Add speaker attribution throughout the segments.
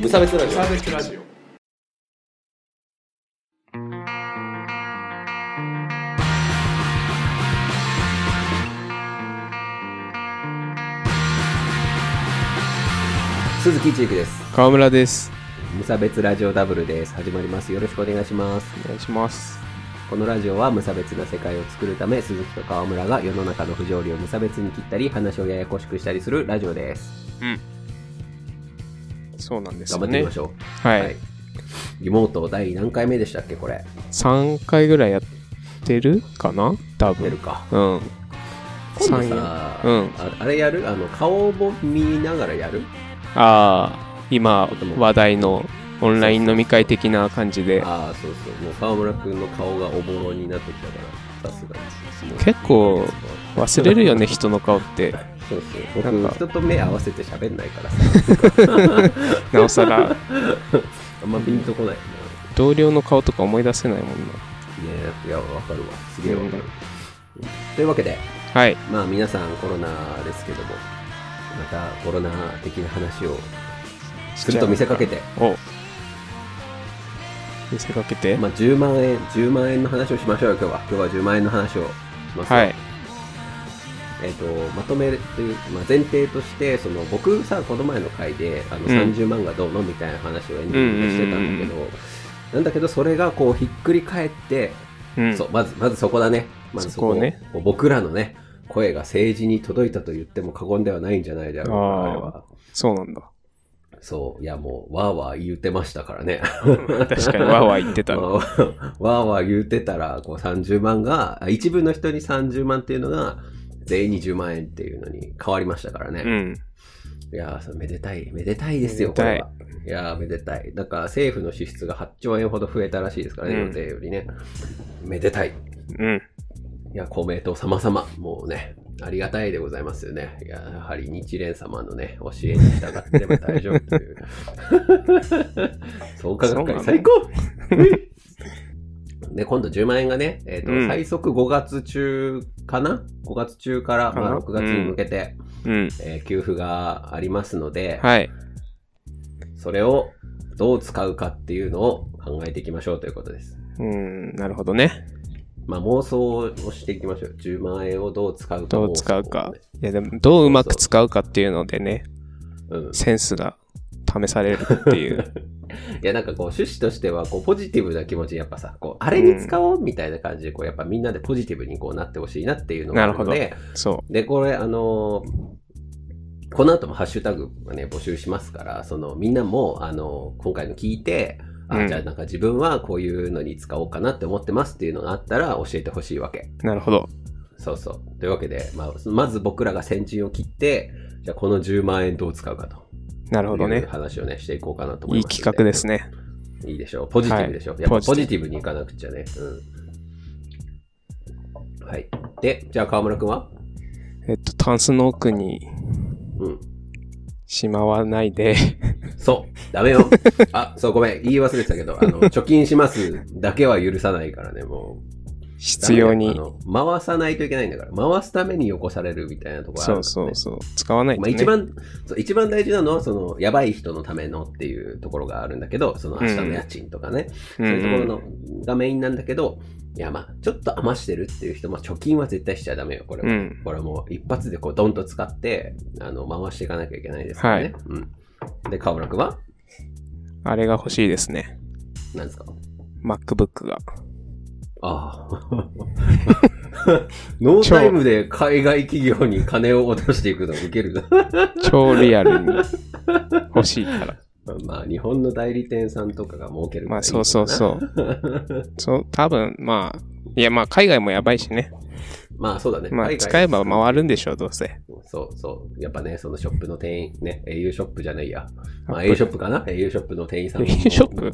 Speaker 1: 無差別ラジオ
Speaker 2: サービスラジオ
Speaker 1: 鈴木一之です
Speaker 3: 川村です。
Speaker 1: 無差別ラジオダブルです始まりますよろしくお願いします
Speaker 3: お願いします。
Speaker 1: このラジオは無差別な世界を作るため鈴木と川村が世の中の不条理を無差別に切ったり話をややこしくしたりするラジオです
Speaker 3: そうなんです
Speaker 1: 頑張
Speaker 3: よ
Speaker 1: ってい
Speaker 3: ね。
Speaker 1: きましょう、
Speaker 3: はい、
Speaker 1: リモート第何回目でしたっけこれ
Speaker 3: 3回ぐらいやってるかな多
Speaker 1: 出る
Speaker 3: 分。
Speaker 1: か
Speaker 3: うん。
Speaker 1: 今
Speaker 3: 三
Speaker 1: 度
Speaker 3: や。
Speaker 1: さ、
Speaker 3: うん
Speaker 1: ああれやるあの顔も見ながらやる
Speaker 3: ああ、今話題のオンライン飲み会的な感じで、
Speaker 1: ああそうそうもう川村君の顔がおぼろになってきたからさすがにもう
Speaker 3: 結構忘れるよね、人の顔って。
Speaker 1: そうそう
Speaker 3: なん
Speaker 1: 僕
Speaker 3: か
Speaker 1: 人と目合わせて喋んないからさ
Speaker 3: なおさら、
Speaker 1: あんまピンとこないね
Speaker 3: 同僚の顔とか思い出せないもんな。
Speaker 1: いやわかるわすげえわかる、うんというわけで
Speaker 3: はい。
Speaker 1: まあ皆さんコロナですけどもまたコロナ的な話をすると見せかけて
Speaker 3: お見せかけて、
Speaker 1: まあ、10万円10万円の話をしましょうよ今日は今日は10万円の話をしますよ
Speaker 3: はい。
Speaker 1: えっとまとめるという、まあ、前提としてその僕さこの前の回であの
Speaker 3: ん
Speaker 1: 30万がどうのみたいな話をエンディングでしてたんだけど、なんだけどそれがこうひっくり返って、
Speaker 3: うん。
Speaker 1: そうまずまずそこだね、ま、ず
Speaker 3: そこね
Speaker 1: こう僕らのね声が政治に届いたと言っても過言ではないんじゃないだろうか
Speaker 3: あー
Speaker 1: あれは
Speaker 3: そうなんだ。
Speaker 1: そういやもうわーわー言ってましたからね
Speaker 3: 確かに、わーわー言っ てた。
Speaker 1: まあわーわー言うてたら、こう30万が、あ一部の人に30万っていうのが、全員に10万円っていうのに変わりましたから
Speaker 3: う
Speaker 1: ね。
Speaker 3: ん。
Speaker 1: いやーそれめでたい、めでたいですよ、
Speaker 3: め
Speaker 1: こ
Speaker 3: でた
Speaker 1: れ
Speaker 3: い
Speaker 1: は。いやーめでたい。だから政府の支出が8兆円ほど増えたらしいですからね、
Speaker 3: うん
Speaker 1: 予定よりね。めでたい。
Speaker 3: うん。
Speaker 1: いや、公明党様様、もうね、ありがたいでございますよね。いや、やはり日蓮様のね、教えに従っても大丈夫という。 創価学会最高 で、今度10万円がね、えっ、と、
Speaker 3: うん
Speaker 1: 最速5月中かな ?5 月中から、
Speaker 3: か
Speaker 1: ま
Speaker 3: な
Speaker 1: あ、6月に向けて、
Speaker 3: うん。
Speaker 1: えー給付がありますので、
Speaker 3: はい。
Speaker 1: それをどう使うかっていうのを考えていきましょうということです。
Speaker 3: うん。なるほどね。
Speaker 1: まあ、妄想をしていきましょう。10万円をどう使うか。
Speaker 3: どう使うか。いや、でも、どううまく使うかっていうのでね、
Speaker 1: うん。
Speaker 3: センスが試されるっていう。
Speaker 1: いやなんかこう趣旨としてはこうポジティブな気持ちやっぱさこうあれに使おうみたいな感じでこうやっぱみんなでポジティブにこうなってほしいなっていうのがあるの
Speaker 3: な
Speaker 1: で
Speaker 3: そ
Speaker 1: でこれあのーこの後もハッシュタグはね募集しますからそのみんなもあのー今回の聞いてあ、
Speaker 3: うん
Speaker 1: じゃあなんか自分はこういうのに使おうかなって思ってますっていうのがあったら教えてほしいわけ。
Speaker 3: う。なるほど。
Speaker 1: そうそう。というわけで、まあ、まず僕らが先陣を切って、じゃあこの10万円どう使うかと。
Speaker 3: なるほど
Speaker 1: いう
Speaker 3: ね。
Speaker 1: 話をね、していこうかなと思
Speaker 3: い
Speaker 1: い
Speaker 3: い
Speaker 1: ますの。
Speaker 3: 企画ですね。
Speaker 1: いいでしょう。ポジティブでしょ。
Speaker 3: はい
Speaker 1: やっぱ
Speaker 3: ポジティ
Speaker 1: ポ
Speaker 3: ブ
Speaker 1: ジティブにいかなくちゃね。うん。はい。で、じゃあ川村くんは
Speaker 3: えっと、タンスの奥に
Speaker 1: うん。
Speaker 3: しまわない で、
Speaker 1: そう。ダメ よ。あ、そう、ごめん。言い忘れてたけど、あの、貯金しますだけは許さないからね、もう。
Speaker 3: 必要
Speaker 1: ダメ
Speaker 3: に
Speaker 1: だ、よあの回さないといけないんだから、回すためによこされるみたいなところあるから、
Speaker 3: そ
Speaker 1: ね。
Speaker 3: うそうそう、使わないと
Speaker 1: まあ、
Speaker 3: ね。
Speaker 1: 一番、そう一番大事なのは、その、やばい人のためのっていうところがあるんだけど、その明日の家賃とかね、
Speaker 3: うん
Speaker 1: そういうところのがメインなんだけど、いや、まあ、ちょっと余してるっていう人、まあ、貯金は絶対しちゃダメよ、これは。
Speaker 3: うん
Speaker 1: これはもう一発でこう、ドンと使って、あの、回していかなきゃいけないですからね。
Speaker 3: は
Speaker 1: うん。で、川村君は
Speaker 3: あれが欲しいですね。
Speaker 1: 何ですか
Speaker 3: MacBook が。
Speaker 1: あ あ。ノータイムで海外企業に金を落としていくの受けるな。
Speaker 3: 超リアルに欲しいから。
Speaker 1: まあ、日本の代理店さんとかが儲ける
Speaker 3: まあ、そうそう
Speaker 1: う。
Speaker 3: そう。 そう、多分、まあ、いや、まあ、海外もやばいしね。
Speaker 1: まあ、そうだね。
Speaker 3: まあ、
Speaker 1: 海外
Speaker 3: 使えば回るんでしょう、どう せ。
Speaker 1: そうそう。やっぱね、そのショップの店員、ね、au ショップじゃないや。まあ、
Speaker 3: アップ
Speaker 1: au ショップかな ?au ショップの店員さんも。
Speaker 3: au ショップ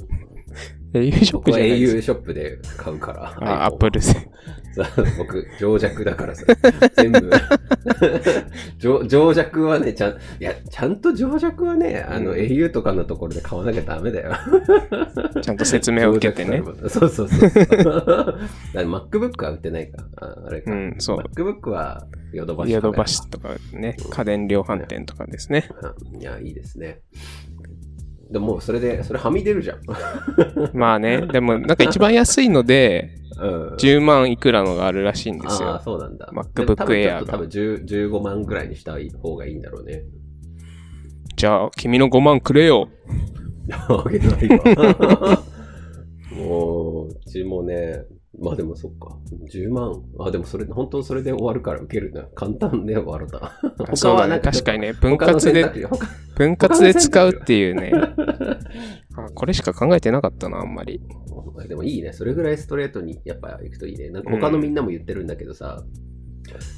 Speaker 3: au ショッ
Speaker 1: 僕
Speaker 3: プ
Speaker 1: は
Speaker 3: じゃないです。
Speaker 1: au ショップで買うから。
Speaker 3: あ、アッ
Speaker 1: iPhone
Speaker 3: プル製。
Speaker 1: そう僕、情弱だからさ。全部 情。情弱はね、ちゃん、いや、ちゃんと情弱はね、あの、
Speaker 3: うん
Speaker 1: au とかのところで買わなきゃダメだよ。
Speaker 3: ちゃんと説明を受けてね
Speaker 1: 情。弱だそうそうそう。 だから MacBook は売ってないか。ああれか。
Speaker 3: うん、そう。
Speaker 1: MacBook はヨドバシ
Speaker 3: ヨ
Speaker 1: カメラか。
Speaker 3: ドバシとかね、家電量販店とかですね。
Speaker 1: あいや、いいですね。でももうそれで、それはみ出るじゃん。
Speaker 3: まあね、でもなんか一番安いので、
Speaker 1: うん。
Speaker 3: 10万いくらのがあるらしいんです
Speaker 1: ああ、
Speaker 3: よ。
Speaker 1: そうなんだ。で
Speaker 3: MacBook
Speaker 1: 多分ちょっ
Speaker 3: Air
Speaker 1: と
Speaker 3: が
Speaker 1: 多分10 15万ぐらいにした方がいいんだろう ね。
Speaker 3: じゃあ、君の5万くれよ。
Speaker 1: あげないわ。 もう、うちもね、まあでもそっか、10万。あ、でもそれ、本当それで終わるから受けるな。簡単で終わるな。他
Speaker 3: そう
Speaker 1: は
Speaker 3: だ
Speaker 1: な
Speaker 3: ね、
Speaker 1: んか
Speaker 3: 確かにね、分
Speaker 1: 他の
Speaker 3: 割
Speaker 1: 選
Speaker 3: で
Speaker 1: 択肢、他
Speaker 3: 分割で使うっていう ね。あこれしか考えてなかったな、あんまり。
Speaker 1: でもいいね。それぐらいストレートにやっぱ行くといいね。なんか他のみんなも言ってるんだけどさ、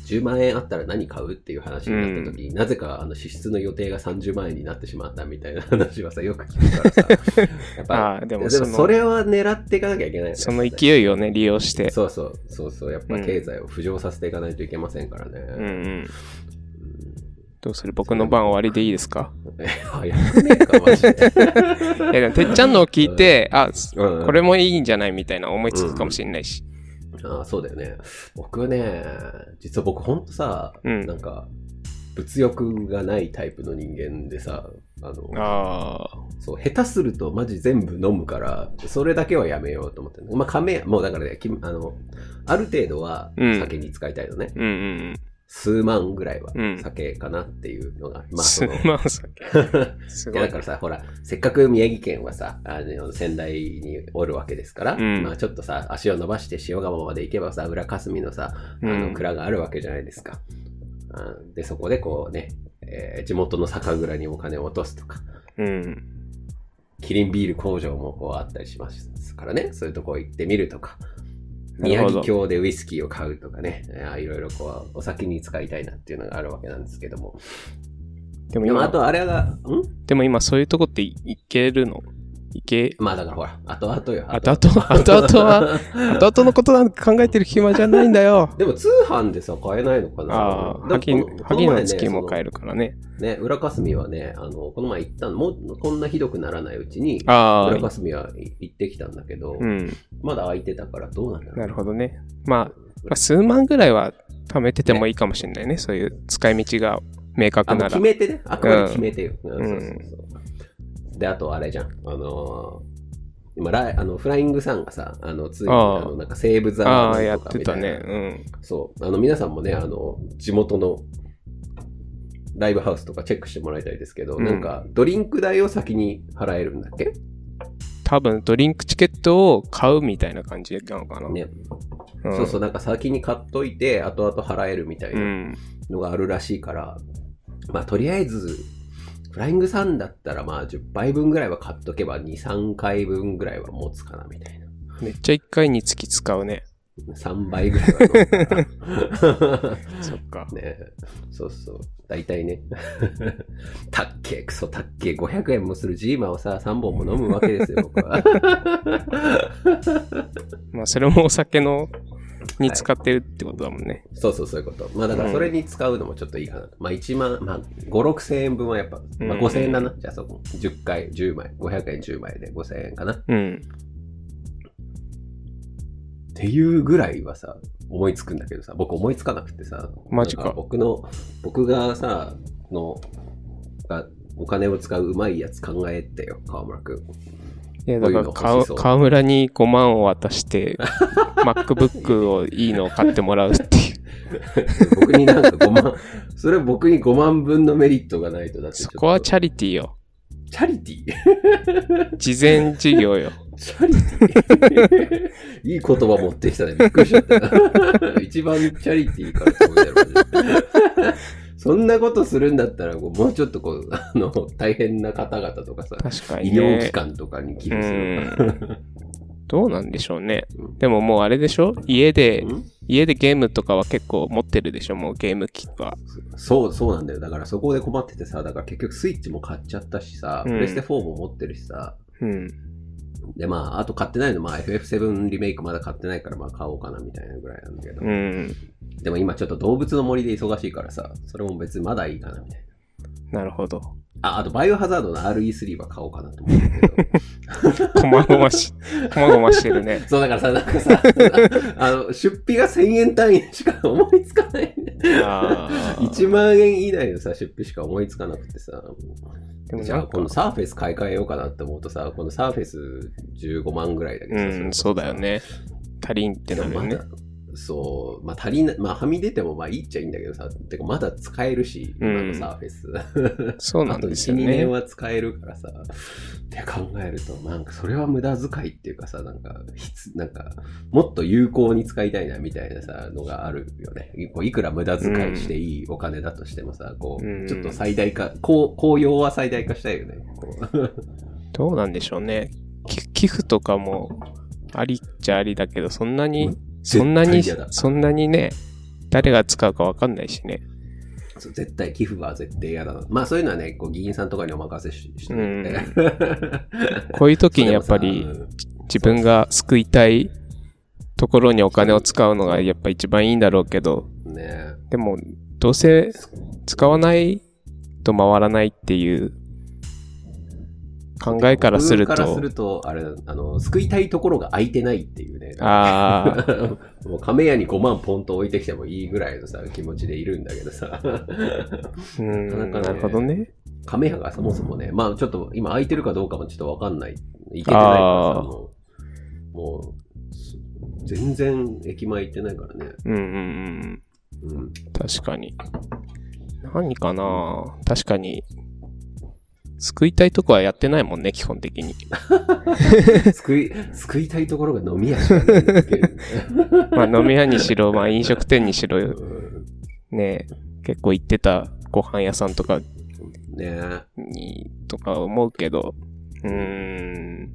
Speaker 1: 10万円あったら何買うっていう話になった時に、なぜかあの支出の予定が30万円になってしまったみたいな話はさ、よく聞くからさ。 やっぱ
Speaker 3: ああ、で
Speaker 1: で
Speaker 3: も
Speaker 1: も
Speaker 3: そ
Speaker 1: そ
Speaker 3: の、
Speaker 1: れは狙っていかなきゃいけないよね
Speaker 3: その勢いをね、利用して。
Speaker 1: そうそう、そうそう、やっぱ経済を浮上させていかないといけませんからね。
Speaker 3: うんうん。
Speaker 1: うん
Speaker 3: どうする僕の番終わりでいいですか
Speaker 1: え早くねえか、マ ジで。
Speaker 3: いや、でも、てっちゃんのを聞 いて、あ、
Speaker 1: うん
Speaker 3: これもいいんじゃないみたいな思いつくかもしれないし。
Speaker 1: ああそうだよね。僕ね、実は僕ほんとさ、
Speaker 3: うん
Speaker 1: なんか、物欲がないタイプの人間でさ、あの、
Speaker 3: ああ。
Speaker 1: そう、下手するとマジ全部飲むから、それだけはやめようと思ってる。まあ、亀、もうだからね、きあの、ある程度は
Speaker 3: うん
Speaker 1: 酒に使いたいのね。
Speaker 3: うんうん
Speaker 1: 数万ぐらいは
Speaker 3: うん
Speaker 1: 酒かなっていうのが、
Speaker 3: うん。
Speaker 1: まあ、
Speaker 3: す
Speaker 1: その、
Speaker 3: ま あ、さす
Speaker 1: い
Speaker 3: ご
Speaker 1: や
Speaker 3: い
Speaker 1: だからさ、ほら、せっかく宮城県はさ、あの仙台におるわけですから、
Speaker 3: うん
Speaker 1: まあちょっとさ、足を伸ばして塩釜まで行けばさ、裏霞のさ、あ
Speaker 3: う
Speaker 1: の
Speaker 3: ん
Speaker 1: 蔵があるわけじゃないですか。あで、そこでこうね、えー地元の酒蔵にお金を落とすとか、
Speaker 3: うん。
Speaker 1: キリンビール工場もこうあったりしますからね、そういうとこ行ってみるとか、
Speaker 3: なる
Speaker 1: 宮
Speaker 3: ほど
Speaker 1: 城郷でウイスキーを買うとかね、えーいろいろこう、お酒に使いたいなっていうのがあるわけなんですけども。
Speaker 3: でも
Speaker 1: でもあ
Speaker 3: 今、
Speaker 1: とあれが、ん
Speaker 3: でも今そういうとこっていいけるのいけ、
Speaker 1: まあだからほら、後々よ。
Speaker 3: 後々、後々は、後々のことなんか考えてる暇じゃないんだよ。
Speaker 1: でも通販でさ、買えないのかな
Speaker 3: ああ、
Speaker 1: なんか
Speaker 3: 萩
Speaker 1: こ
Speaker 3: の
Speaker 1: の
Speaker 3: 萩の月も
Speaker 1: この前ね
Speaker 3: 買えるからね。
Speaker 1: そのね、裏霞はね、あの、この前行ったの、もうこんなひどくならないうちに、
Speaker 3: あ
Speaker 1: 裏
Speaker 3: あ、
Speaker 1: 霞はい行ってきたんだけど、
Speaker 3: うん。
Speaker 1: まだ空いてたからどうなんだろ
Speaker 3: な
Speaker 1: う。
Speaker 3: るほどね。まあ、まあ、数万ぐらいは貯めててもいいかもしれないね。そういう使い道が明
Speaker 1: あ、
Speaker 3: 確
Speaker 1: もう
Speaker 3: な
Speaker 1: 決
Speaker 3: ら。
Speaker 1: めてね。あくまで決めてよ。うんん、そうそうそう。で、あとあれじゃん。あのー今ライあのフライングさんがさ、あのついに
Speaker 3: ああ
Speaker 1: あのなんか西武座
Speaker 3: あ
Speaker 1: の
Speaker 3: あ、
Speaker 1: な
Speaker 3: や
Speaker 1: んと
Speaker 3: っ
Speaker 1: か
Speaker 3: て
Speaker 1: みた
Speaker 3: た
Speaker 1: いな
Speaker 3: ね。うん。
Speaker 1: そう。あの、皆さんもね、あの、地元のライブハウスとかチェックしてもらいたいですけど、
Speaker 3: うん
Speaker 1: なんか、ドリンク代を先に払えるんだっけ
Speaker 3: 多分ドリンクチケットを買うみたいな感じなのかな。
Speaker 1: ね。
Speaker 3: うん、。
Speaker 1: そうそう、なんか先に買っといて、後々払えるみたいうなんのがあるらしいから、まあ、とりあえず、フライングさんだったら、まあ、10杯分ぐらいは買っとけば、2、3回分ぐらいは持つかな、みたいな。
Speaker 3: めっちゃ一回につき使うね。
Speaker 1: 3倍ぐらいは飲むから
Speaker 3: そっか。
Speaker 1: ねえそうそう。大体ね。 たっけえ、クソたっけえ、500円もするジーマをさ、3本も飲むわけですよ、僕は。
Speaker 3: まあ、それもお酒のに使ってるってことだもんね。
Speaker 1: そうそう、そういうこと。まあだからそれに使うのもちょっといいかな。まあ1万、まあ5、6千円分はやっぱ、まあ5千円だな。じゃあそこ、10回、10枚、500円10枚で5千円かな。っ
Speaker 3: うん。
Speaker 1: ていうぐらいはさ、思いつくんだけどさ、僕思いつかなくてさ、
Speaker 3: マジか
Speaker 1: なん僕の、僕がさ、の、がお金を使ううまいやつ考えてよ、川村くん。
Speaker 3: いや、だか
Speaker 1: こういうの
Speaker 3: ら
Speaker 1: 欲し
Speaker 3: 川、
Speaker 1: そう
Speaker 3: 川村に5万を 渡して、MacBook をいいのを買ってもらうっていう。
Speaker 1: 僕になんか5万、 それは僕に5万分のメリットがないとだってちょ
Speaker 3: そ
Speaker 1: っと
Speaker 3: こはチャリティーよ。
Speaker 1: チャリティー
Speaker 3: 事前事業よ。
Speaker 1: チャリティー いい言葉持ってきたね。びっくりしちゃった な。一番チャリティーから飛んでるマジで。 そんなことするんだったら、こうもうちょっとこう、あの、大変な方々とかさ、
Speaker 3: 確か
Speaker 1: 医
Speaker 3: に
Speaker 1: 療機
Speaker 3: ね。
Speaker 1: 関とかに寄
Speaker 3: う
Speaker 1: 付するか
Speaker 3: ん。どうなんでしょうね
Speaker 1: うん。
Speaker 3: でももうあれでしょ家で
Speaker 1: ら。、ん
Speaker 3: 家でゲームとかは結構持ってるでしょもうゲーム機は。
Speaker 1: そう、そうなんだよ。だからそこで困っててさ、だから結局スイッチも買っちゃったしさ、
Speaker 3: うん
Speaker 1: プレステ4も持ってるしさ、
Speaker 3: うん。
Speaker 1: で、まあ、あと買ってないの、まあ、FF7 リメイクまだ買ってないから、まあ、買おうかなみたいなぐらいなんだけど。
Speaker 3: うん。
Speaker 1: でも今、ちょっと動物の森で忙しいからさ、それも別にまだいいかなみたい
Speaker 3: なるほど。
Speaker 1: な。あ、あと、バイオハザードの RE3 は買おうかなと思うんだけど。
Speaker 3: こまごまし、こまごましてるね。
Speaker 1: そう、だからさ、なんかさ、 あの、出費が1000円単位しか思いつかない、ね。
Speaker 3: あー
Speaker 1: 1万円以内のさ、出費しか思いつかなくてさ、
Speaker 3: でも
Speaker 1: じゃ
Speaker 3: な
Speaker 1: あ
Speaker 3: んか
Speaker 1: このサーフェス買い替えようかなって思うとさ、このサーフェス15万ぐらいだけどさ
Speaker 3: うん、そうだよ。ね。足りんって
Speaker 1: れこ
Speaker 3: な
Speaker 1: そ
Speaker 3: る
Speaker 1: でも
Speaker 3: よ
Speaker 1: ま
Speaker 3: ね
Speaker 1: だ。そう、まあ足りな、まあはみ出てもまあいいっちゃいいんだけどさ、てかまだ使えるし、
Speaker 3: うん
Speaker 1: 今のサーフェス。
Speaker 3: そうな
Speaker 1: あ
Speaker 3: ん
Speaker 1: と
Speaker 3: です
Speaker 1: 1、
Speaker 3: よ
Speaker 1: 2年
Speaker 3: ね。
Speaker 1: は使えるからさ、って考えると、なんかそれは無駄遣いっていうかさ、なんか、ひつなんか、もっと有効に使いたいなみたいなさ、のがあるよね。こういくら無駄遣いしていいお金だとしてもさ、こ
Speaker 3: うん
Speaker 1: う、ちょっと最大化、こう、効用は最大化したいよね。こう
Speaker 3: どうなんでしょうね。き寄付とかもありっちゃありだけど、そんなに、そんなに、
Speaker 1: 絶対嫌だ
Speaker 3: そんなにね、誰が使うかわかんないしね。
Speaker 1: そう絶対寄付は絶対嫌だな。まあそういうのはね、こう議員さんとかにお任せしして るんで。
Speaker 3: こういう時にやっぱ
Speaker 1: でも
Speaker 3: り
Speaker 1: さうん
Speaker 3: 自分が救いたいところにお金を使うのがやっぱ一番いいんだろうけど、
Speaker 1: ねえ
Speaker 3: でも、どうせ使わないと回らないっていう考えからする
Speaker 1: 僕からす
Speaker 3: と、
Speaker 1: ると、あれ、あの、救いたいところが空いてないっていうね。
Speaker 3: あ あ、
Speaker 1: もう亀屋に5万ポンと置いてきてもいいぐらいのさ、気持ちでいるんだけどさ。
Speaker 3: うん、
Speaker 1: なかなかね
Speaker 3: なるほどね。
Speaker 1: 亀屋がそもそもね、まあちょっと今空いてるかどうかもちょっとわかんない。行けてないから
Speaker 3: あ
Speaker 1: さ、
Speaker 3: ー
Speaker 1: もう、もう、全然駅前行ってないからね。
Speaker 3: うんうんうん。
Speaker 1: うん。
Speaker 3: 確かに。何かな確かに。救いたいとこはやってないもんね、基本的に。
Speaker 1: 救い、救いたいところが飲み屋しかないんですけ どね
Speaker 3: まあ飲み屋にしろ、まあ飲食店にしろ、
Speaker 1: うん
Speaker 3: ね、結構行ってたご飯屋さんとか
Speaker 1: ねえ。
Speaker 3: に、とか思うけど、うーん、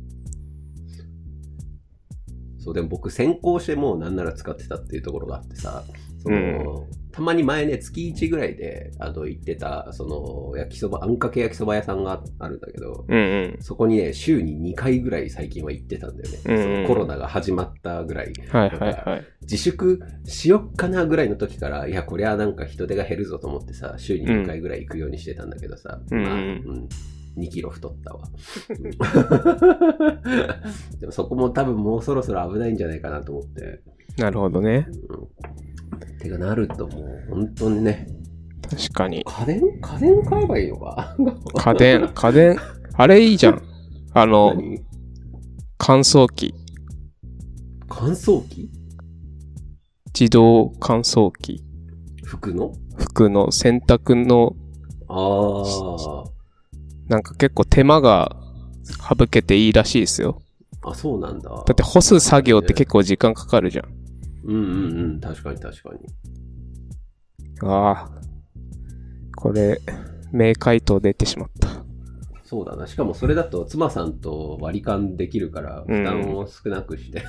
Speaker 1: そう、でも僕先行してもうなんなら使ってたっていうところがあってさ、その、たまに前ね、月1ぐらいで、あの、行ってた、その、焼きそば、あんかけ焼きそば屋さんがあるんだけど、
Speaker 3: うんうん。
Speaker 1: そこにね、週に2回ぐらい最近は行ってたんだよね。
Speaker 3: うん
Speaker 1: そのコロナが始まったぐらい。
Speaker 3: はいはいはい。
Speaker 1: 自粛しよっかなぐらいの時から、いや、こりゃなんか人手が減るぞと思ってさ、週に2回ぐらい行くようにしてたんだけどさ、
Speaker 3: うん
Speaker 1: まあ、うん、2キロ太った わ。 でもそこも多分もうそろそろ危ないんじゃないかなと思って。
Speaker 3: なるほどね。
Speaker 1: うん、てかなるともう、本当にね、
Speaker 3: 確かに。
Speaker 1: 家電家電買えばいいのか
Speaker 3: 家電、家電、あれいいじゃん。あの、
Speaker 1: 何
Speaker 3: 乾燥機。
Speaker 1: 乾燥機
Speaker 3: 自動乾燥機。
Speaker 1: 服の
Speaker 3: 服の洗濯の、
Speaker 1: ああ。
Speaker 3: なんか結構手間が省けていいらしいですよ。
Speaker 1: あ、そうなんだ。
Speaker 3: だって干す作業って結構時間かかるじゃん。
Speaker 1: うんうんうん、確かに確かに。
Speaker 3: ああ。これ、名回答出てしまった。
Speaker 1: そうだな。しかもそれだと妻さんと割り勘できるから、
Speaker 3: うん
Speaker 1: 負担を少なくして。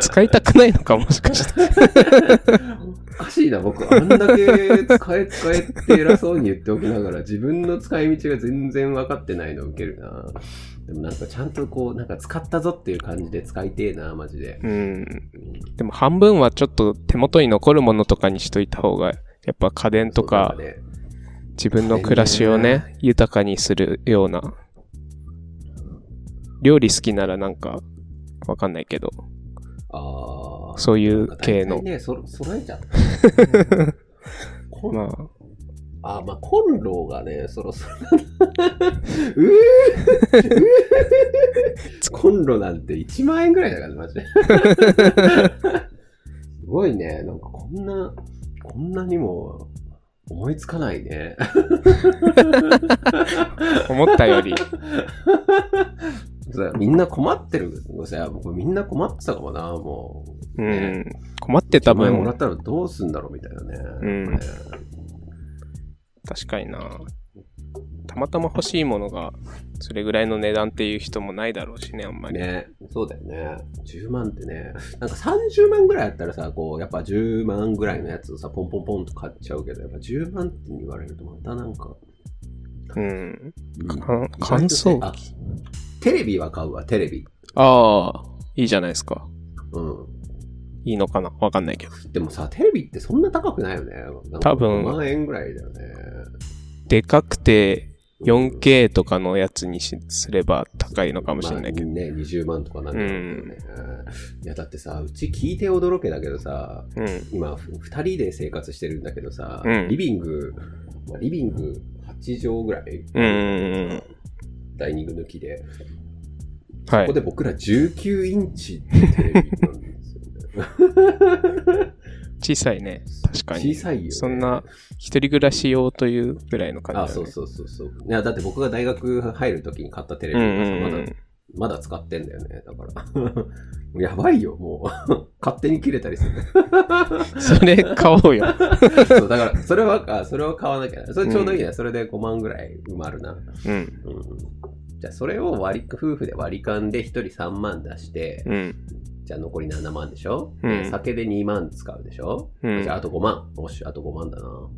Speaker 3: 使いたくないのか、もし かして。
Speaker 1: おかしいな、僕。あんだけ使え使えって偉そうに言っておきながら、自分の使い道が全然分かってないの受けるな。でもなんかちゃんとこう、なんか使ったぞっていう感じで使いてえな、マジで。
Speaker 3: うん。でも半分はちょっと手元に残るものとかにしといた方が、やっぱ家電とか
Speaker 1: そうだね
Speaker 3: 自分の暮らしをね、豊かにするような。料理好きならなんか、わかんないけど、
Speaker 1: ああ。
Speaker 3: そういう系
Speaker 1: なんか
Speaker 3: の
Speaker 1: 大体。ね、そろ揃えちゃった、 ね。こん
Speaker 3: まあ、
Speaker 1: あ、まあ、コンロがね、そろそろ。うーう ーコンロなんて1万円ぐらいだからね、マジで。すごいね、なんかこんな、こんなにも思いつかないね。
Speaker 3: 思ったより。
Speaker 1: さみんな困ってる。さ僕みんな困ってたかもな、もう。
Speaker 3: う
Speaker 1: ね
Speaker 3: ん。困ってた
Speaker 1: 1万円もら
Speaker 3: 分
Speaker 1: っ、たらどうすんだろうみたいなね。
Speaker 3: うん
Speaker 1: ね
Speaker 3: 確かにな。たまたま欲しいものが、それぐらいの値段っていう人もないだろうしね、あんまり。
Speaker 1: ね、そうだよね。10万ってね、なんか30万ぐらいあったらさ、こう、やっぱ10万ぐらいのやつをさ、ポンポンポンと買っちゃうけど、やっぱ10万って言われるとまたなんか、
Speaker 3: うん。
Speaker 1: うん
Speaker 3: かん乾燥
Speaker 1: あテレビは買うわ、テレビ。
Speaker 3: ああ、いいじゃないですか。
Speaker 1: う
Speaker 3: いいのかなわかんないけど。
Speaker 1: ん。でもさ、テレビってそんな高くないよね。なんか
Speaker 3: 多
Speaker 1: 5
Speaker 3: 分
Speaker 1: 万円ぐらいだよね。
Speaker 3: でかくて、4K とかのやつにしすれば高いのかもしれないけど。
Speaker 1: まあね、20万とかなんだろうけどね。いや、だってさ、うち聞いて驚けだけどさ、
Speaker 3: うん。
Speaker 1: 今ふ2人で生活してるんだけどさ、
Speaker 3: うん
Speaker 1: リビング、まあ、リビングは畳ぐらい、
Speaker 3: うんうんうんうん。
Speaker 1: ダイニング抜きで、
Speaker 3: は
Speaker 1: ここ
Speaker 3: い。
Speaker 1: で僕ら19インチってテレビなんですよね。
Speaker 3: 小さいね。確か
Speaker 1: 小
Speaker 3: に。
Speaker 1: さいよ、ね。
Speaker 3: そんな、一人暮らし用というぐらいの感じだ
Speaker 1: あ、
Speaker 3: ね。
Speaker 1: そうそうそうそう。いや、だって僕が大学入るときに買ったテレ
Speaker 3: うん
Speaker 1: ビ
Speaker 3: う
Speaker 1: がさ
Speaker 3: んう
Speaker 1: まだ
Speaker 3: ん。
Speaker 1: まだ使ってんだよね。だから。 やばいよ、もう。 勝手に切れたりする。
Speaker 3: それ買おうよ。
Speaker 1: そう、だから、それは、あそれは買わなきゃな。それちょうどいいね。それで5万ぐらい埋まるな。
Speaker 3: うん。
Speaker 1: うん。じゃあ、それを割り、夫婦で割り勘で1人3万出して、
Speaker 3: うん。
Speaker 1: じゃあ残り7万でしょ、
Speaker 3: うん
Speaker 1: で酒で2万使うでしょ、
Speaker 3: うん
Speaker 1: じゃあ、あと5万。おし、あと5万だな。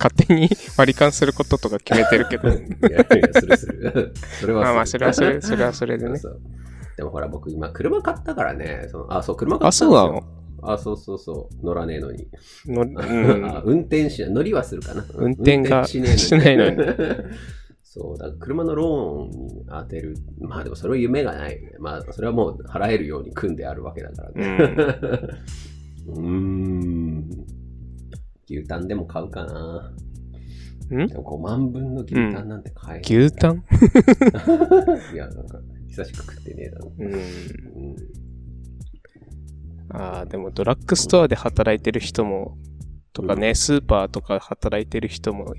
Speaker 3: 勝手に 割り勘することとか決めてるけ ど。
Speaker 1: いやいや、するす る。それはす
Speaker 3: ま
Speaker 1: る
Speaker 3: あまあ、それはそれ、それはそれでね。
Speaker 1: そうそうでもほら、僕今、車買ったからね。そのあ、そう、車買
Speaker 3: あ、
Speaker 1: った
Speaker 3: そ
Speaker 1: ん
Speaker 3: う
Speaker 1: です
Speaker 3: な
Speaker 1: よ。
Speaker 3: の
Speaker 1: あ、そうそうそう。乗らねえのに。
Speaker 3: の、うん
Speaker 1: あ。運転しない。乗りはするかな。
Speaker 3: 運転が
Speaker 1: 運転し
Speaker 3: し
Speaker 1: な
Speaker 3: ないい
Speaker 1: の
Speaker 3: の
Speaker 1: に。
Speaker 3: に
Speaker 1: そう、だから車のローンに当てる。まあでもそれは夢がないよね。まあそれはもう払えるように組んであるわけだから
Speaker 3: う
Speaker 1: ね。
Speaker 3: ん。
Speaker 1: うーん。牛タンでも買うかな。
Speaker 3: ん
Speaker 1: でも5万分の牛タンなんて買えない。
Speaker 3: 牛タン
Speaker 1: いや、なんか、久しく食ってねえだろ。
Speaker 3: うん。
Speaker 1: うん
Speaker 3: ああ、でもドラッグストアで働いてる人も、とかね、スーパーとか働いてる人も、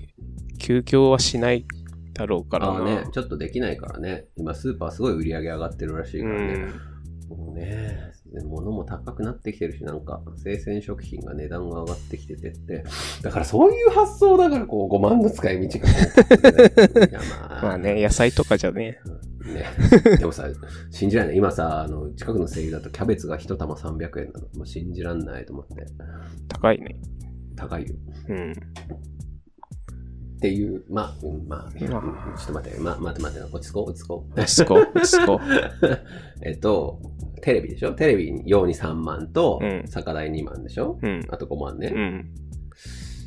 Speaker 3: 休業はしないだろうから
Speaker 1: ああ
Speaker 3: な。
Speaker 1: ね、ちょっとできないからね。今、スーパーすごい売り上げ上がってるらしいうからね。
Speaker 3: ん。
Speaker 1: もうね、物も高くなってきてるし、なんか、生鮮食品が値段が上がってきててって。だからそういう発想だから、こう、5万の使い道がこう。いや、まあ。
Speaker 3: まあね、野菜とかじゃね。
Speaker 1: ね、でもさ、信じられない。今さ、あの近くの声優だとキャベツが一玉300円なの。もう信じらんないと思って。
Speaker 3: 高いね。
Speaker 1: 高いよ。
Speaker 3: うん。
Speaker 1: っていう、まあ、うんまあ、いやち
Speaker 3: ま
Speaker 1: ょ
Speaker 3: あ
Speaker 1: っと待って、まあ、待って待って、落ち着こう、落ち着こう。
Speaker 3: 落ち着こう、落ち着こう。
Speaker 1: えっと、テレビでしょテレビ用に3万と、
Speaker 3: うん
Speaker 1: 酒代2万でしょ
Speaker 3: うん。
Speaker 1: あと5万ね。
Speaker 3: うん。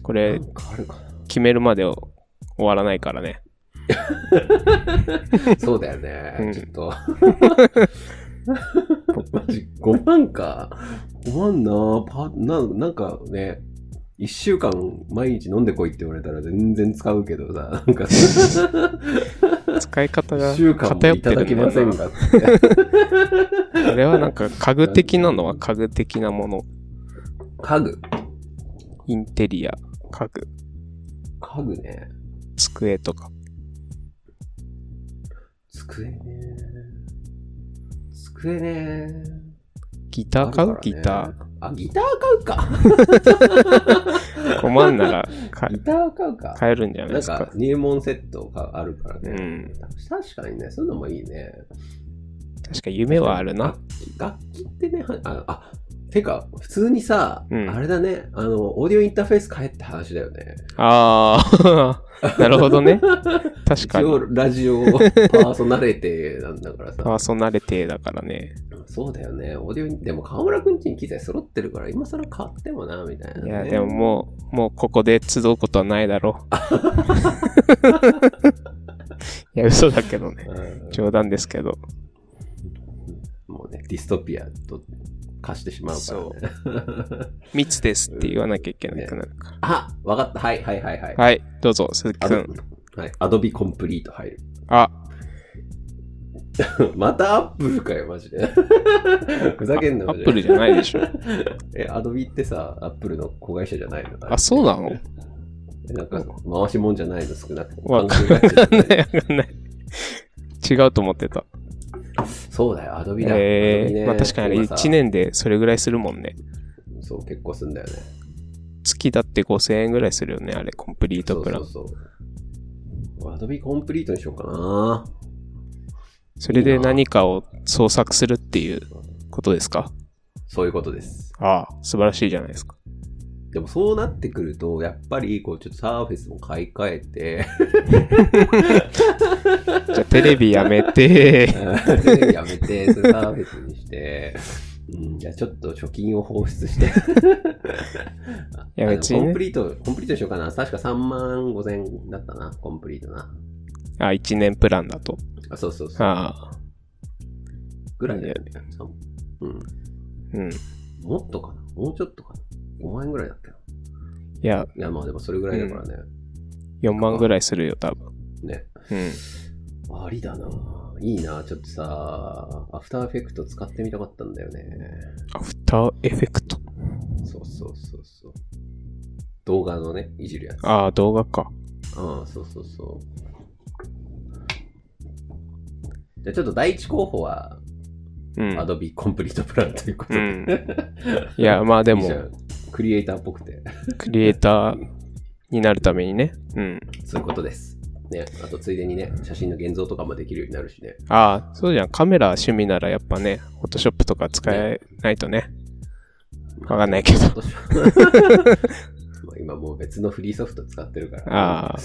Speaker 3: こ
Speaker 1: な
Speaker 3: れ、
Speaker 1: んかあるか
Speaker 3: 決めるまで終わらないからね。
Speaker 1: なそうだよ
Speaker 3: う
Speaker 1: ね。
Speaker 3: ん
Speaker 1: ちょっ と。マジ、5万か。5万なぁパな、なんかね、1週間毎日飲んでこいって言われたら全然使うけどさ、なんか、
Speaker 3: 使い方が
Speaker 1: 1週間も
Speaker 3: 偏っ
Speaker 1: い
Speaker 3: て
Speaker 1: ただ
Speaker 3: る
Speaker 1: け
Speaker 3: んだ
Speaker 1: ません
Speaker 3: な。
Speaker 1: かって。
Speaker 3: あれはなんか家具的なのは家具的なもの。
Speaker 1: 家具
Speaker 3: インテリア、家具、
Speaker 1: 家具ね。
Speaker 3: 机とか。
Speaker 1: 机ね。机ね。
Speaker 3: ギター買うギ
Speaker 1: ある
Speaker 3: タ
Speaker 1: からね。あ、ギター買うか。
Speaker 3: ー。5万なら買
Speaker 1: ギター買うか。
Speaker 3: 買えるんじゃない
Speaker 1: な
Speaker 3: で
Speaker 1: ん
Speaker 3: す
Speaker 1: か
Speaker 3: か。
Speaker 1: 入門セットがあるから
Speaker 3: う
Speaker 1: ね。
Speaker 3: ん。
Speaker 1: 確かにね、そういうのもいいね。
Speaker 3: 確か夢はあるな。
Speaker 1: 楽器ってね、はあ、あてか、普通にさ、
Speaker 3: うん
Speaker 1: あれだね、あの、オーディオインターフェース変えって話だよね。
Speaker 3: ああ、 なるほどね。確
Speaker 1: 一
Speaker 3: か
Speaker 1: 応、
Speaker 3: に。
Speaker 1: ラジオパーソナリティなんだから
Speaker 3: パー
Speaker 1: さ。
Speaker 3: ソナリティだからね。
Speaker 1: そうだよね、オーディオイン、でも河村くんちに機材揃ってるから、今更買ってもな、みたいな、
Speaker 3: い
Speaker 1: ね。
Speaker 3: や、でももう、もうここで集うことはない だろう。いや、嘘だけどね。
Speaker 1: うん
Speaker 3: 冗談ですけど。
Speaker 1: もうね、ディストピアと化してしまうからね。
Speaker 3: 密ですって言わなきゃいけなくなるか
Speaker 1: あ、わかった。はいはいはいはい。
Speaker 3: ら。はい、どうぞ、鈴木
Speaker 1: ア
Speaker 3: く
Speaker 1: ド
Speaker 3: ん。
Speaker 1: はい、アドビコンプリート入る。
Speaker 3: あ、
Speaker 1: またアップルかよ、マジ で。ふざけんな
Speaker 3: アップルじゃない でしょ。
Speaker 1: え、アドビってさ、アップルの子会社じゃないの
Speaker 3: あ、そうなの
Speaker 1: えなんか、回しもんじゃないの少なく
Speaker 3: わかん
Speaker 1: 関係ない
Speaker 3: ない、わかんない。違うと思ってた。
Speaker 1: そうだよ、アドビだ。
Speaker 3: ええ
Speaker 1: Adobe ね
Speaker 3: まあ確かにあれ
Speaker 1: 今さ
Speaker 3: 1年でそれぐらいするもんね。
Speaker 1: そう、結構すんだよね。
Speaker 3: 月だって5000円ぐらいするよね、あれ、コンプリートプラン。そ
Speaker 1: そうそうそう。アドビコンプリートにしようかな。
Speaker 3: れで何かを創作するっていうことですか
Speaker 1: そういうことです。
Speaker 3: ああ、素晴らしいじゃないですか。
Speaker 1: でもそうなってくると、やっぱり、こう、ちょっとサーフェスも買い替えて、
Speaker 3: じゃあテレビやめて、
Speaker 1: テレビ やめて、それサーフェスにして、うん、じゃあちょっと貯金を放出して。
Speaker 3: やめち
Speaker 1: あのコン
Speaker 3: ね
Speaker 1: プ。リート、コンプリートしようかな。確か3万5千だったな、コンプリートな。
Speaker 3: あ、1年プランだと。
Speaker 1: あ、そうそうそう。
Speaker 3: ああ、
Speaker 1: ぐらいだよね。さんうん。
Speaker 3: うん。い
Speaker 1: もっとかなもうちょっとかな ?5 万円ぐらいだったよ。
Speaker 3: や、
Speaker 1: いや、まあでもそれぐらいだからね。
Speaker 3: 4万ぐらいするよ、多分。
Speaker 1: ね。
Speaker 3: うん。
Speaker 1: ありだな。いいな。ちょっとさ、アフターエフェクト使ってみたかったんだよね。
Speaker 3: アフターエフェクト。
Speaker 1: そうそうそうそう。動画のね、いじるやつ。
Speaker 3: ああ、動画か。
Speaker 1: うん、そうそうそう。じゃあちょっと第一候補は、
Speaker 3: うん。
Speaker 1: アドビコンプリートプランということ
Speaker 3: う
Speaker 1: で。
Speaker 3: ん。いや、まあ で
Speaker 1: いいじゃ
Speaker 3: も、
Speaker 1: ん、クリエイターっぽくて。
Speaker 3: クリエイターになるためにね。うん。
Speaker 1: そういうことです。ね、あとついでにね、写真の現像とかもできるようになるしね。
Speaker 3: ああ、そうじゃん。カメラ趣味ならやっぱね、フォトショップとか使えないとね。わかんないけど。
Speaker 1: どうしよう まあ今もう別のフリーソフト使ってるから。
Speaker 3: あ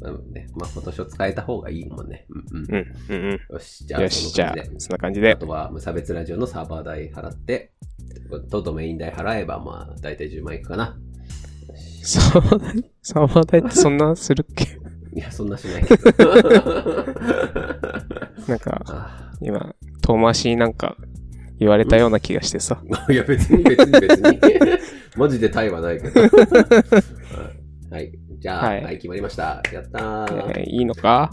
Speaker 1: なのでね、 まあ、フォトショー使えた方がいいもんね。うんうん。
Speaker 3: うん、うん、
Speaker 1: よし、じ
Speaker 3: う
Speaker 1: ゃ
Speaker 3: ん。
Speaker 1: あ、
Speaker 3: よし、じ
Speaker 1: その
Speaker 3: ゃ
Speaker 1: 感じ
Speaker 3: あ
Speaker 1: で、
Speaker 3: そんな感じ
Speaker 1: あ
Speaker 3: で。
Speaker 1: とは無差別ラジオのサーバー代払って、とドメイン代払えば、まあ、大体10万いくかな。
Speaker 3: サーバー代サーバー代ってそんなするっけ
Speaker 1: いや、そんなしないけど。
Speaker 3: なんか、
Speaker 1: あ
Speaker 3: 今、遠回しになんか言われたような気がしてさ。
Speaker 1: あいや、別に別に別 に。マジでタイはないけど。はい。じゃあ、
Speaker 3: は
Speaker 1: はいい、決まりました。やったー。
Speaker 3: えーいいのか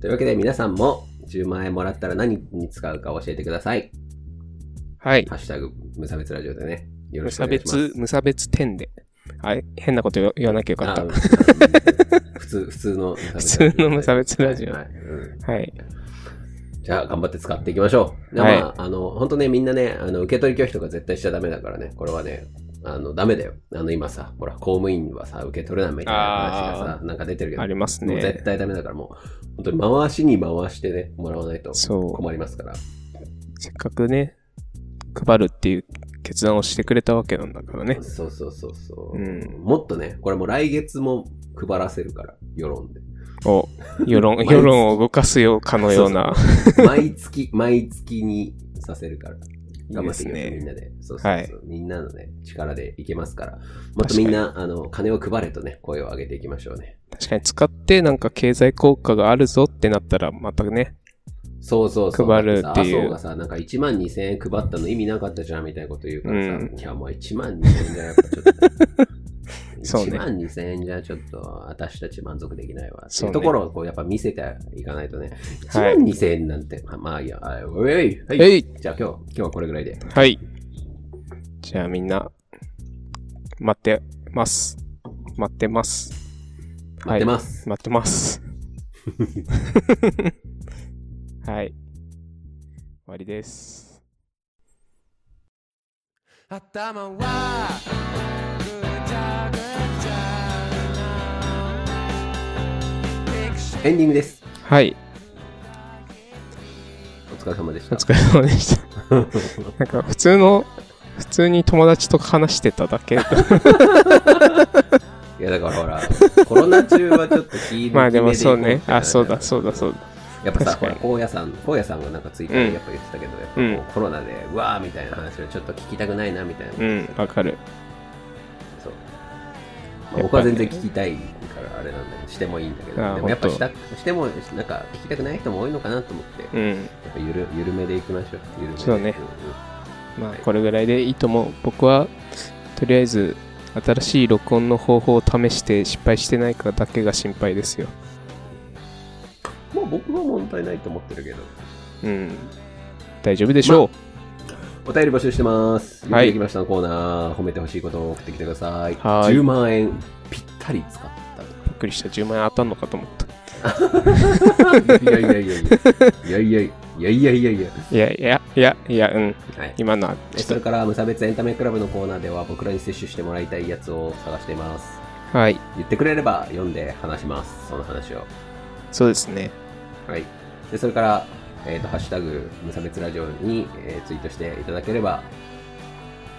Speaker 1: というわけで、皆さんも10万円もらったら何に使うか教えてください。
Speaker 3: はい。
Speaker 1: ハッシュタグ、無差別ラジオでね。よろ
Speaker 3: 無
Speaker 1: しくお
Speaker 3: 差
Speaker 1: 願いします。
Speaker 3: 別、無差別点で。あれ変なこと言わ言わなきゃよかった。
Speaker 1: あ普通、普通の無差別ラジオ
Speaker 3: 普通の無差別ラジオ
Speaker 1: はいはいうん
Speaker 3: はい。
Speaker 1: じゃあ、頑張って使っていきましょう。
Speaker 3: はい
Speaker 1: まあ、あの、本当ね、みんなね、あの、受け取り拒否とか絶対しちゃダメだからね、これはね、あの、ダメだよ。あの、今さ、ほら、公務員はさ、受け取れないみたいな話がさ、なんか出てるけど、
Speaker 3: あります
Speaker 1: もう絶
Speaker 3: ね。
Speaker 1: 対ダメだから、もう、本当に回しに回してね、もらわないと
Speaker 3: そう。
Speaker 1: 困りますから。
Speaker 3: せっかくね、配るっていう決断をしてくれたわけなんだからね。
Speaker 1: そうそうそうそう、
Speaker 3: うん
Speaker 1: もっとね、これもう来月も配らせるから、世論で。
Speaker 3: を、世論、
Speaker 1: 毎日
Speaker 3: 世論を動かすようかのような。
Speaker 1: 毎月、毎月にさせるから。頑張っていきましょう
Speaker 3: いいですね
Speaker 1: みんなで。そうそうそう、
Speaker 3: はい
Speaker 1: みんなのね、力でいけますから。もっとみんな、あの、金を配れとね、声を上げていきましょうね。
Speaker 3: 確かに使ってなんか経済効果があるぞってなったら、またね。
Speaker 1: そうそうそう。
Speaker 3: 配るってい
Speaker 1: ださ麻生
Speaker 3: う
Speaker 1: がさ、なんか1万2000円配ったの意味なかったじゃんみたいなこと言うからさ、
Speaker 3: うん
Speaker 1: いや、もう1万2000円じゃやっぱちょっと。
Speaker 3: そう
Speaker 1: 1
Speaker 3: ね
Speaker 1: 万2000円じゃちょっと私たち満足できないわ。
Speaker 3: そ
Speaker 1: そう
Speaker 3: ね
Speaker 1: ういうところをこうやっぱ見せていかないとね。1
Speaker 3: はい
Speaker 1: 万2000円なんて、まあまあいいや、あおいおい、はい、
Speaker 3: えい
Speaker 1: じゃあ今日、今日はこれぐらいで。
Speaker 3: はい。じゃあみんな、待ってます。待ってます。
Speaker 1: 待ってます。
Speaker 3: 待っ てます。はい。終わりです。
Speaker 2: 頭はぐちゃぐちゃなピクシ
Speaker 1: エンディングです。
Speaker 3: はい。
Speaker 1: お疲れ様でし
Speaker 3: お
Speaker 1: た。
Speaker 3: 疲れ様でした。 なんか普通の、普通に友達と話してただ
Speaker 1: い
Speaker 3: け。
Speaker 1: やだからほら、コロナ中はちょっと気抜き目いこうって
Speaker 3: まあでもそうね。あ、そうだ、そうだ、そうだ。
Speaker 1: やっぱさ、
Speaker 3: 確か
Speaker 1: ほ
Speaker 3: に
Speaker 1: ら、荒野さん、荒野さんがなんかツイッターでやっぱ言ってたけど、やっぱこう
Speaker 3: うん
Speaker 1: コロナで、うわーみたいな話をちょっと聞きたくないなみたいな。
Speaker 3: うん、わかる。
Speaker 1: そう。
Speaker 3: やっ
Speaker 1: まあ僕
Speaker 3: ぱり
Speaker 1: は全然聞きたいからあれなんだけど、してもいいんだけ
Speaker 3: あー
Speaker 1: ど、でもやっぱ
Speaker 3: ほん
Speaker 1: し
Speaker 3: と
Speaker 1: たしても、なんか聞きたくない人も多いのかなと思って、や
Speaker 3: う
Speaker 1: っ
Speaker 3: ん。
Speaker 1: ぱゆる緩めでいきましょう。緩めで
Speaker 3: そうね
Speaker 1: ん
Speaker 3: まあこれぐらいでいいと思う。僕は、とりあえず、新しい録音の方法を試して失敗してないかだけが心配ですよ。
Speaker 1: まあ僕は問題ないと思ってるけど。
Speaker 3: うん。大丈夫でしょ
Speaker 1: お便り募集してます。
Speaker 3: は
Speaker 1: はいい。できましたのコーナー、褒めてほしいことを送ってきてください。
Speaker 3: はい
Speaker 1: 10万円ぴったり使った
Speaker 3: う。びっくりした。10万円当たんのかと思った。
Speaker 1: と か。いやいやいやいや。いやいやいやいやいやいや。
Speaker 3: いやいや、いや、いや、うん。
Speaker 1: はい。
Speaker 3: 今のは、
Speaker 1: え
Speaker 3: ち
Speaker 1: そ
Speaker 3: ょっ
Speaker 1: れから無差別エンタメクラブのコーナーでは僕らに摂取してもらいたいやつを探しています。
Speaker 3: と、はい。
Speaker 1: 言ってくれれば読んで話します。その話を。
Speaker 3: そうですね。
Speaker 1: はい。で、それから、えっ、と、ハッシュタグ無差別ラジオに、えーツイートしていただければ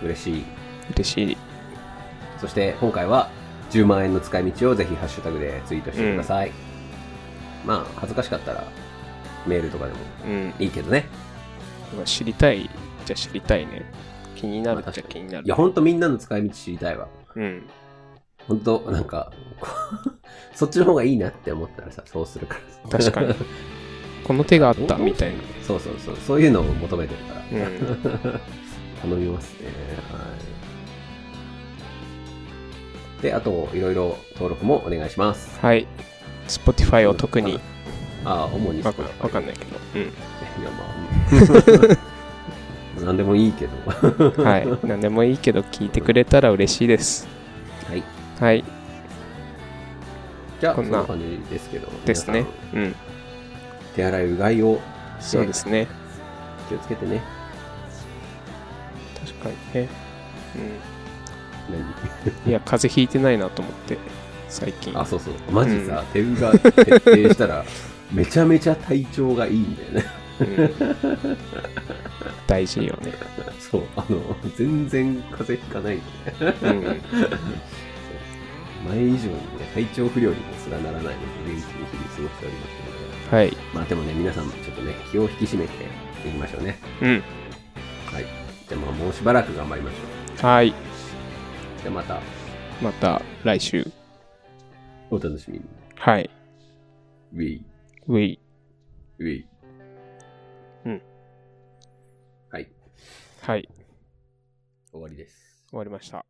Speaker 1: 嬉しい。
Speaker 3: 嬉しい。
Speaker 1: そして今回は10万円の使い道をぜひハッシュタグでツイートしてください。まあ、恥ずかしかったらメールとかでも
Speaker 3: うん。
Speaker 1: いいけどね。
Speaker 3: 知りたいじゃ知りたいね。気になる
Speaker 1: まあ
Speaker 3: じ
Speaker 1: 確
Speaker 3: ゃ
Speaker 1: かに
Speaker 3: 気にない
Speaker 1: や、
Speaker 3: る。
Speaker 1: ほんとみんなの使い道知りたいわ。
Speaker 3: うん。
Speaker 1: ほんと、なんか、こう そっちの方がいいなって思ったらさ、そうするから。
Speaker 3: 確 かに。この手があったみたいな。
Speaker 1: そうそうそう、そういうのを求めてるから。
Speaker 3: うん。
Speaker 1: 頼みますね。はい。で、あと、いろいろ登録もお願いします。
Speaker 3: はい。Spotify を特に、
Speaker 1: ああ、主に
Speaker 3: わかわかんないけ
Speaker 1: いや、まあ、なんで もいいけど。
Speaker 3: ど。うん。はい。何でもいいけど、聞いてくれたら嬉しいです。
Speaker 1: はい。
Speaker 3: はい。
Speaker 1: じゃあ、
Speaker 3: こ
Speaker 1: こ
Speaker 3: ん
Speaker 1: ん
Speaker 3: な
Speaker 1: な感じですけど。
Speaker 3: です
Speaker 1: 皆
Speaker 3: ね
Speaker 1: さ。
Speaker 3: うん。
Speaker 1: ん。手洗いうがいを
Speaker 3: そうですね。
Speaker 1: 気をつけてね。
Speaker 3: 確かにね。
Speaker 1: 何
Speaker 3: うん。いや、風邪ひいてないなと思って、最近。
Speaker 1: あ、そうそう。マジさ、手うが徹底したら、 めちゃめちゃ体調がいいんだよね。
Speaker 3: うん、大事よね。
Speaker 1: そう。あの、全然風邪ひかないのね。
Speaker 3: うん。
Speaker 1: 前以上にね、体調不良にもすらならないので、元気に日々過ごしておりますので。
Speaker 3: はい。
Speaker 1: まあでもね、皆さんもちょっとね、気を引き締めていきましょうね。
Speaker 3: うん。
Speaker 1: はい。じゃあまあもうしばらく頑張りましょ
Speaker 3: はい。
Speaker 1: う。じゃあまた
Speaker 3: また来週。
Speaker 1: お楽しみに。
Speaker 3: はい。
Speaker 1: ウィー、
Speaker 3: ウィ
Speaker 1: ウィー。
Speaker 3: うん。
Speaker 1: はい、
Speaker 3: はい。
Speaker 1: 終わりです。
Speaker 3: 終わりました。